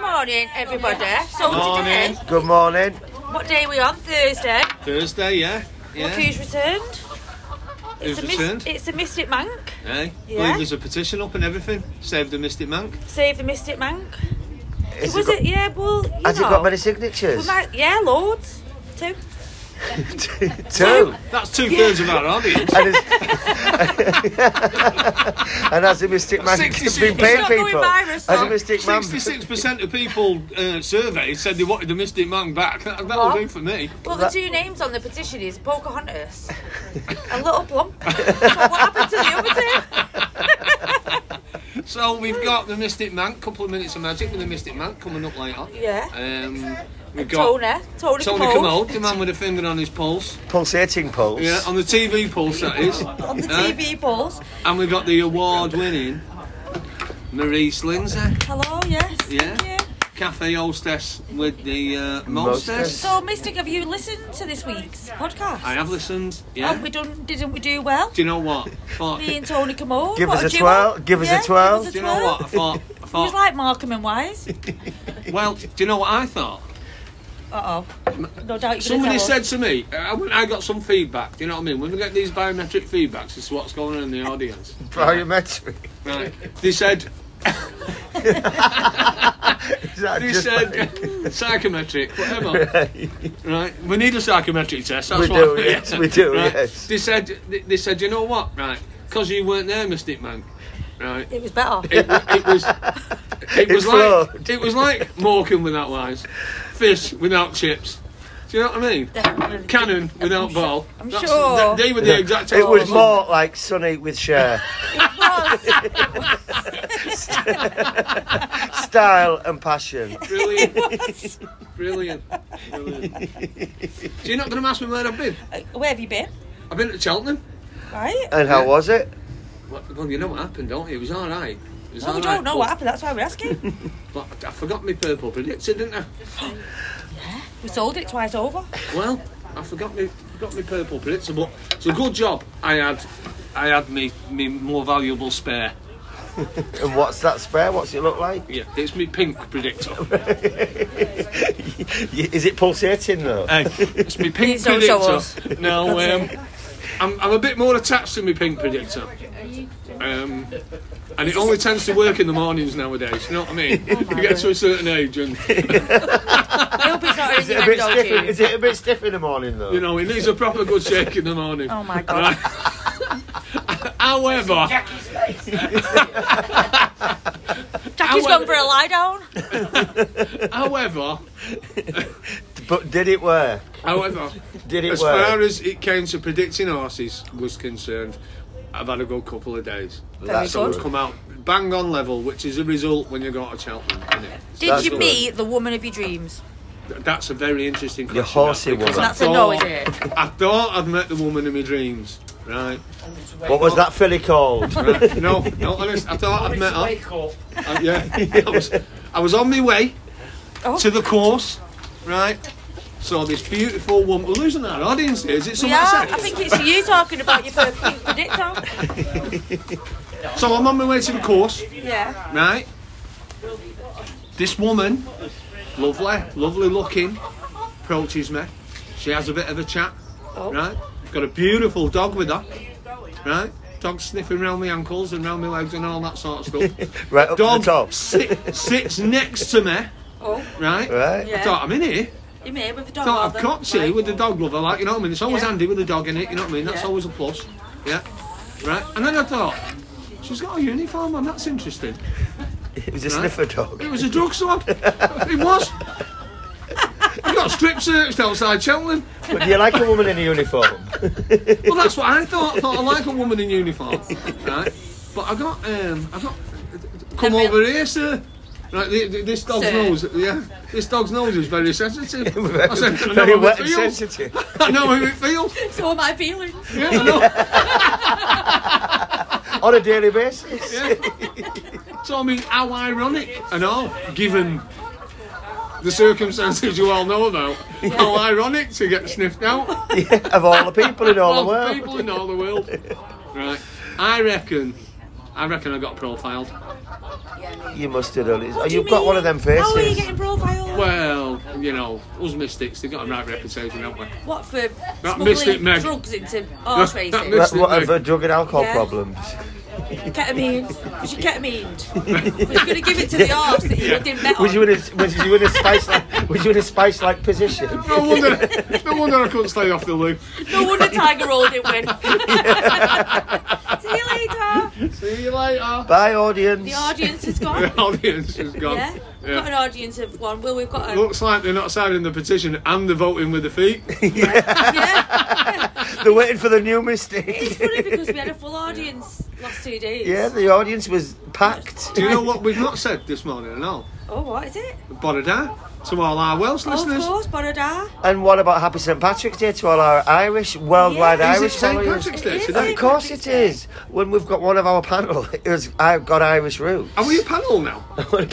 morning, everybody. So Morning. today, Good morning. what day are we on? Thursday. Thursday, yeah? Yeah. Look who's returned. it's, Who's A returned? mis- it's a Mystic Mank. Eh? Yeah. Believe there's a petition up and everything. Save the Mystic Mank. Save the Mystic Mank. Has was got- it? Yeah. Well, you Has know. it got many we signatures? might- yeah, loads. Two. Two. That's two thirds of our audience. and, it's- and has the Mystic Man Sixty-six- been It's paying not going people? virus, Has though. the Mystic Man? 66% of people uh, surveyed said they wanted the Mystic Mank back. That, that'll What? do for me. Well, the two names on the petition is Pocahontas and Little Plump. so what happened to the other two? So we've got the Mystic Mank, couple of minutes of magic with the Mystic Mank coming up later. Yeah. Um, we've got Tony. Tony. Tony Kamol. Commode, the man with a finger on his pulse. Pulsating pulse. Yeah, on the TV pulse, that is. On the Eh? TV polls. And we've got the award winning Marie Slinzer. Hello. Yes. Yeah. Thank you. cafe hostess with the uh, monsters. Maltsters. So, Mystic, have you listened to this week's podcast? I have listened. Yeah. Have Oh, we done? Didn't we do well? Do you know what? I thought, Me do and Tony Camone. Give what us a duo. twirl, give us a Yeah, twirl. Give us a you know what? I thought. I He was thought like Markham and Wise. well, do you know what I thought? Uh oh. No doubt you're Somebody going said to me, uh, when I got some feedback. Do you know what I mean? When we get these biometric feedbacks, it's what's going on in the audience. Biometric. Right. They said, Is that they just said, psychometric, whatever. like- Right, we need a psychometric test. That's We what- do, yes, we do, Right. yes. They said, they, they said, you know what, right? Because you weren't there, Mystic Man. Right, It was better. it, it was, it was flowed. like, it was like Morecambe without wise, fish without chips. Do you know what I mean? Definitely. Cannon without ball. I'm That's- sure. They, they were the exact. It was opposite. more like Sunny with Cher. Style and passion. Brilliant. Brilliant. Brilliant. so you're not going to ask me where I've been? Uh, Where have you been? I've been at Cheltenham. Right. And how was it? Well, well, you know what happened, don't you? It was all right. It was Well, we all right, Oh, don't know but- what happened. That's why we're asking. But I forgot my purple predictor, didn't I? we sold it twice over. Well, I forgot me forgot my purple predictor, but it's a good job I had I had me, me more valuable spare. And what's that spare? What's it look like? Yeah, it's me pink predictor. Is it pulsating though? hey, it's me pink Please don't show us. predictor. Now um, I'm, I'm a bit more attached to my pink predictor. Um, and it only tends to work in the mornings nowadays, you know what I mean? Oh you get to a certain age and I hope it's not anything Is it a bit red stiff? dog Is it a bit stiff in the morning though? you know, it needs a proper good shake in the morning. Oh my god. However, Jackie's gone for a lie down. however, But did it work? however, Did it as work? far as it came to predicting horses was concerned, I've had a good couple of days. Very so it's good. come out bang on level, which is a result when you go to Cheltenham. Isn't it? Did That's you good. meet the woman of your dreams? Th- That's a very interesting question. horsey that, because woman. I That's a no, thought- is it? I thought I'd met the woman in my dreams. Right? What was that filly called? right. No, no, honest. I thought I'd met her. Uh, yeah, I was, I was on my way Oh. to the course, right? Saw this beautiful woman. We're losing our audience here. Is it someone yeah, said? I think it's you talking about your pink predictor. So I'm on my way to the course, Yeah. right? This woman, lovely, lovely looking, approaches me. She has a bit of a chat, Oh. right? Got a beautiful dog with her, right? Dog sniffing round my ankles and round my legs and all that sort of stuff. Right up to the dog top. sit, sits next to me, Oh, right? Right? Yeah. I thought, I'm in here. you may with the dog. thought I've rather. copped you with the dog lover, like, you know what I mean? It's always Yeah. handy with a dog in it, you know what I mean? That's Yeah. always a plus. Yeah. Right? And then I thought, she's got a uniform on, that's interesting. It was a sniffer dog. It was a drug swab. it was. I got strip searched outside Cheltenham. But do you like a woman in a uniform? Well, that's what I thought. I thought I like a woman in uniform, right? But I got, um, I got, come Then over here, sir. Right, th- th- this dog's Sir. nose, yeah, this dog's nose is very sensitive. I said, I know Very how it wet and feels. sensitive. I know how it feels. So are my feelings. Uh, Yeah, I know. On a daily basis. So I mean, how ironic and all, given the circumstances you all know about. How ironic to get sniffed out. of all the people in all Of the world. people in all the world. Right. I reckon. I reckon I got profiled. You must have done it. What do You've you got mean? one of them How are you faces. getting profiled? Well, you know, us mystics, they got a right reputation, haven't we? What for mystic smuggling Meg. drugs into That- arse that races? mystic- What, what have Mate. her drug and alcohol Yeah. Oh, problems? Ketamine. She ketamined. But You're going to give it to the arse that you Yeah. didn't met Was on. you in a was you in a spice like was you in a spice like position? No wonder, no wonder I couldn't stay off the loo. No wonder Tiger Roll didn't win. See you later. See you later. Bye, audience. The audience is gone. The audience is gone. Yeah? We've got an audience of one. Will, we've got a... Looks like they're not signing the petition and they're voting with the feet. Yeah. They're waiting for the new It's mistake. funny because we had a full audience last two days. yeah, the audience was packed. Do you know what we've not said this morning at all? Oh, what is it? Borada to all our Welsh listeners. Of course, Borada. And what about Happy St Patrick's Day to all our Irish, worldwide Yeah. Is it Irish St. followers? Patrick's Day It is today? Of course it is. When we've got one of our panel, it was I've got Irish roots. Are we a panel now? of course.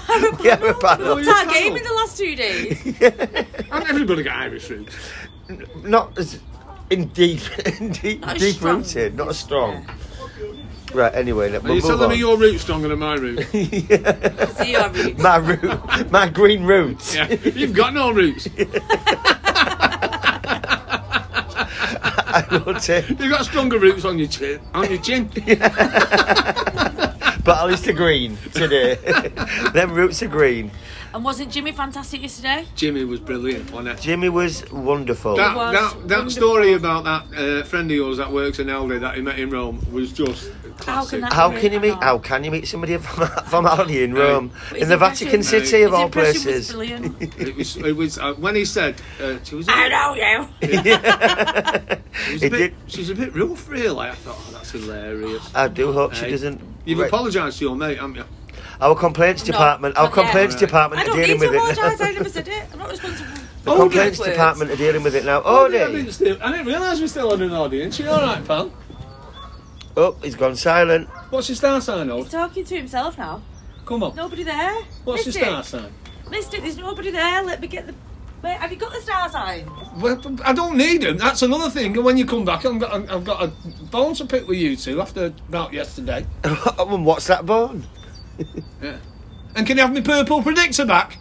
Horrible. yeah, we're panel. What's you our know. game in the last two days? And everybody got Irish roots. Not as in deep, in deep, Not as deep strong. rooted, not as strong. Right. Anyway, let Are me you move telling on. me your root's stronger than my root? See our roots. my root, my green roots. Yeah. You've got no roots. You've I will take, got stronger roots on your chin. On your chin. but at least they're green today. Them roots are green. And wasn't Jimmy fantastic yesterday? Jimmy was brilliant, wasn't he? Jimmy was wonderful. That, was that, that wonderful. story about that uh, friend of yours that works in Aldi that he met in Rome was just classic. that How be? can you meet? Oh. How can you meet somebody from from Aldi in Rome, His in the impression- Vatican City of his all impression was places? brilliant. It was, it was uh, when he said uh, she was. a I bit- know you. she was It a bit, did. she's a bit rough, really. I thought, oh, that's hilarious. I do hope she Hey, doesn't. You've Right. apologised to your mate, haven't you? Our complaints No, department. Our not yet. complaints Right. I department are don't dealing need to with it. apologise. now. I never said it. I'm not responsible. Oh, The complaints department are dealing with it now. Oh, yeah, I they- didn't, still- I didn't realise we're still on an audience. You all right, pal? Oh, he's gone silent. What's your star sign, old? He's talking to himself now. Come on. Nobody there. What's your Missed star it. sign? Missed it. There's nobody there. Let me get the. Wait, have you got the star sign? Well, I don't need him. That's another thing. And when you come back, I'm got, I've got a bone to pick with you two after about yesterday. and what's that bone? Yeah. And can you have my purple predictor back?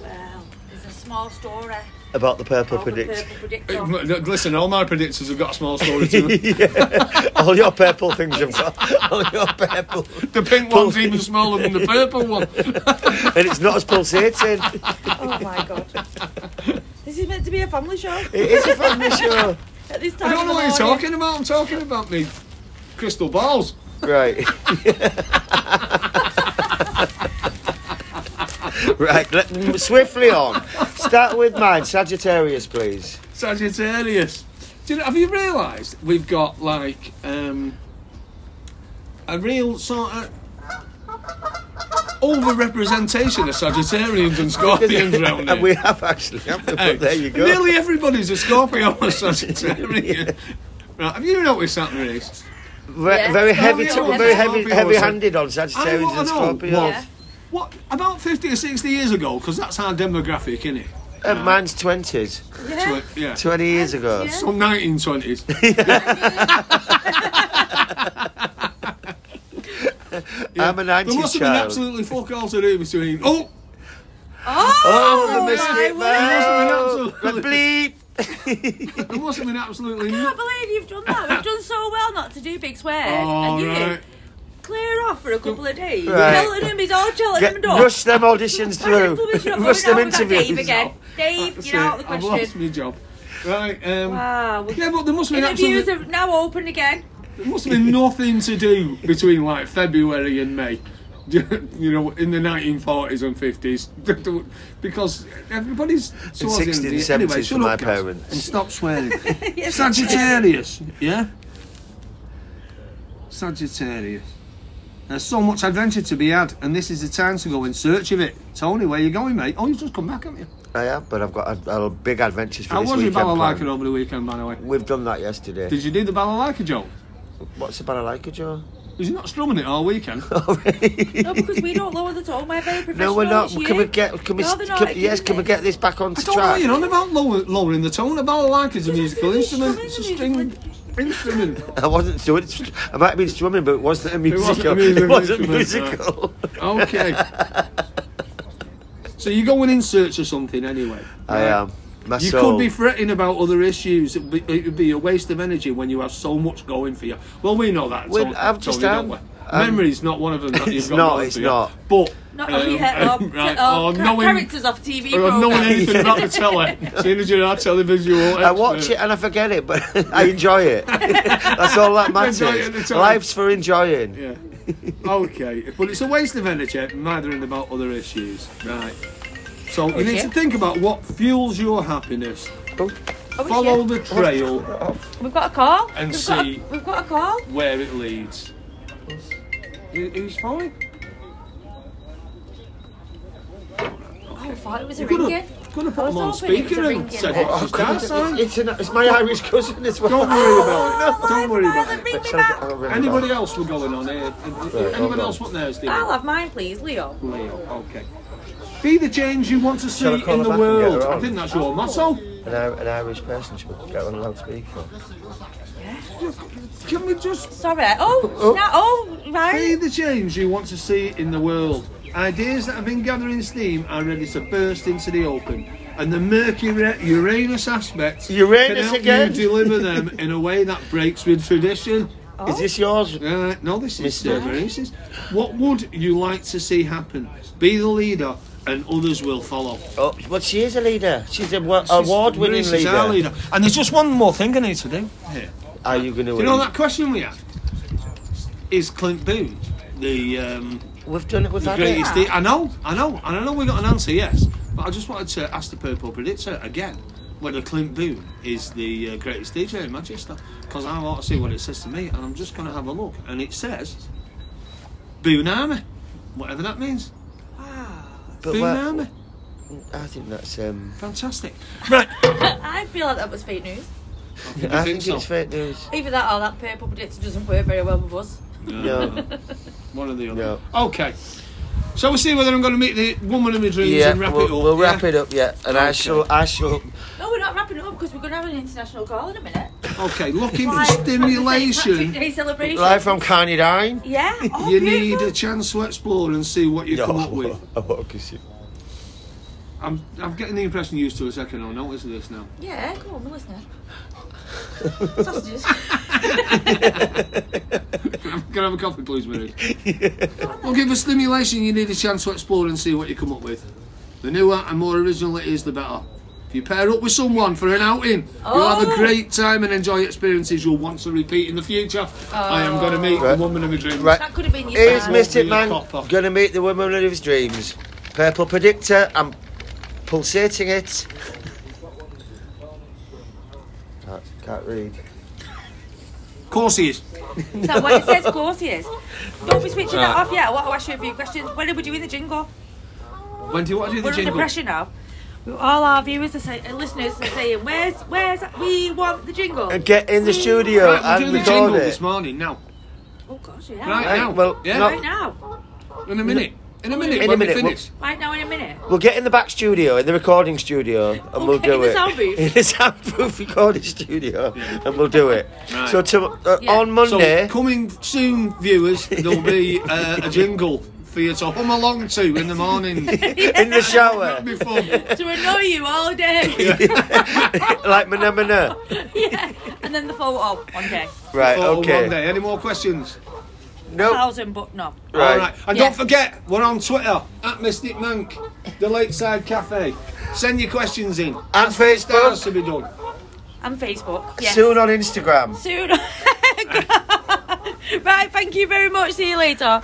Well, there's a small story. About the purple called the predict. Purple Predictor. Uh, Listen, all my predictors have got a small story to them. Yeah. All your purple things have got. All your purple. The pink one's even smaller than the purple one. And it's not as pulsating. Oh my god. this is meant to be a family show. It is a family show. At this time I don't know of the what you're morning. talking about. I'm talking about me crystal balls. Right. right, let, swiftly on. Start with mine, Sagittarius, please. Sagittarius. Do you know, have you realised we've got like um, a real sort of overrepresentation of Sagittarians and Scorpions round And here? we have actually, have to Hey, put, there you go. Nearly everybody's a Scorpio or Sagittarian. Right, have you noticed that, Maurice? Ve- Yeah. very heavy, Scorpio, very heavy, Scorpio, heavy-handed on I Sagittarius want and to know Scorpio. was, Yeah. what about 50 or 60 years ago, because that's our demographic, isn't it? And Uh, mine's twenties, Yeah. yeah. twenty years ago. Yeah. Some 1920s. I'm a There nineties must have been child. absolutely fuck all to do between. Oh! Oh, oh, the my mystic word. must man! have been Bleep. There must have been absolutely I can't no. believe you've done that. We've done so well not to do big swears. All and you right. clear off for a couple of days. Right. Telling him he's all chilling Get, him done. rush them auditions Right, through. rubbish, you're not rush going them down with that Dave interviews. again. Dave, That's you're out it. of the I've lost question. my job. Right. Um, Wow. well, Yeah, but there must have been Interviews absolutely, are now open again. there must have been nothing to do between like February and May. You know, in the 1940s and 50s, because everybody's In towards the end of 60s and the- anyway, 70s for shut my up, guys, parents. and stop swearing. Yes. Sagittarius, yeah. Sagittarius. There's so much adventure to be had, and this is the time to go in search of it. Tony, where you going, mate? Oh, you've just come back, haven't you? I have, but I've got a, a big adventures for How this was your weekend. balalaika planned. over the weekend, by the way? We've done that yesterday. Did you do the balalaika joke? What's the balalaika, Joe? Was you not strumming it all weekend? No, because we don't lower the tone. We're very professional. no, we're not. it's you. Can we get? Can we? You're the can- Nordic yes, can we get Union. this back I onto don't know, track? you're on about lower, lowering the tone. A balalaika is a musical instrument. It's a Strumming the string. musical- instrument. I wasn't doing it. I might have been strumming, but it wasn't a musical. wasn't a musical It wasn't instrument, musical. Okay. so you're going in search of something anyway. I right? am. My You soul. could be fretting about other issues. It would be, it would be a waste of energy when you have so much going for you. Well, we know that. Well, Tony- I've just Tony, am. don't we? Um, Memory's not one of them. That it's you've got not, going it's for not. You. But Not um, only her, or, right, oh, or, or oh, ca- knowing, characters off TV or programmes. knowing anything about the telly. Seeing as you're our television, I watch it and I forget it, but I enjoy it. That's all that matters. Enjoy it at the time. Life's for enjoying. Yeah. Okay, but it's a waste of energy mathering about other issues, right? So you need yeah. to think about what fuels your happiness. Oh, it's Follow you. the trail We've got a call. And we've Got see- a, we've got a call. where it leads. Who- Who's following? Oh, I thought it was a Could ringing. have, could have put I was them on hoping it was speaker a and ringing. said Oh, it's Oh, just God, our it's, song. it's, an- it's my Irish cousin as well. Don't worry about it. Don't worry Violet, about it. Oh, ring me Sorry, back. I'll ring Anybody back. else we're going on here? hold Anyone on. else want theirs, Steve? I'll have mine, please, Leo. Leo, okay. Be the change you want to see Shall I call in her the back and get her world. I on? think that's your motto. An, Ir- an Irish person should get on a loudspeaker. Can we just Sorry. Oh, Oh. no, oh, be right. the change you want to see in the world? Ideas that have been gathering steam are ready to burst into the open, and the Mercury Uranus aspect can Uranus help again? you deliver them in a way that breaks with tradition. Oh, Is this yours? Uh, no, this is Mr. Stephen. This is- What would you like to see happen? Be the leader, and others will follow. Oh, well, she is a leader. She's an She's- award-winning Maurice is our leader. leader. And there's just one more thing I need to do. Here. Are you going to Do win? you know that question we had? Is Clint Boone the um, We've done it. We've the had greatest? it. de- I know, I know, and I know we got an answer, yes. But I just wanted to ask the purple predictor again whether Clint Boone is the uh, greatest DJ in Manchester because I want to see what it says to me, and I'm just going to have a look, and it says Boone Army, whatever that means. But Boone where- Army, I think that's um. fantastic. Right, I feel like that was fake news. I think so? it's fake news. Either that or that purple predictor doesn't work very well with us. No. One or the other. No. Okay. So we'll see whether I'm going to meet the woman of my dreams Yeah, and wrap we'll, it up. we'll wrap yeah? it up. Yeah, and I shall. I shall. No, we're not wrapping it up because we're going to have an international call in a minute. Okay, looking for Live from the St. Patrick stimulation, Day celebration. Live from Carnarvon. Yeah. Oh, you need beautiful. a chance to explore and see what you come up with. I want to kiss you. I'm, I'm getting the impression you're used to a second or notice of this now. Yeah, come on, we're listening. Sausages. Can I have a coffee, please, Mary? We'll give a stimulation you need a chance to explore and see what you come up with. The newer and more original it is, the better. If you pair up with someone for an outing, you'll have a Oh. great time and enjoy experiences you'll want to repeat in the future. I am going to meet Right. the woman of my dreams. Right. that could have been your Is time. Miss- Mystic be a Man copper. going to meet the woman of his dreams? Purple predictor. I'm pulsating it. Can't, can't read. Of course he is. Is that what it says? Of course it is. Don't be switching that off yet. I want to ask you a few questions. When are we doing the jingle? When do you want to do the We're under jingle? pressure now. All our viewers are say, uh, listeners are saying, "Where's, where's? We want the jingle." And get in the studio Right, we'll and do the jingle record this it. morning now. Oh gosh, yeah. Right, Right, now. well, yeah. no. now. In a minute. In a minute. In a when minute, We we'll- finish. Right now, in a minute. We'll get in the back studio, in the recording studio, and we'll Okay, do in the it. sound booth. In the soundproof recording studio, and we'll do it. Right. So to, uh, Yeah. on Monday, So coming soon, viewers. There'll be uh, a jingle for you to hum along to in the morning. in the shower, That'd be fun. to annoy you all day. like mana mana. yeah. And then the photo one day. Right, Oh, one okay. day. Any more questions? Oh. No, Thousand, but no. All right. right. And Yeah. don't forget, we're on Twitter at Mystic Monk, the Lakeside Cafe. Send your questions in. And Stars to Facebook. be done. And Facebook. Yes. Soon on Instagram. Soon. right. Thank you very much. See you later.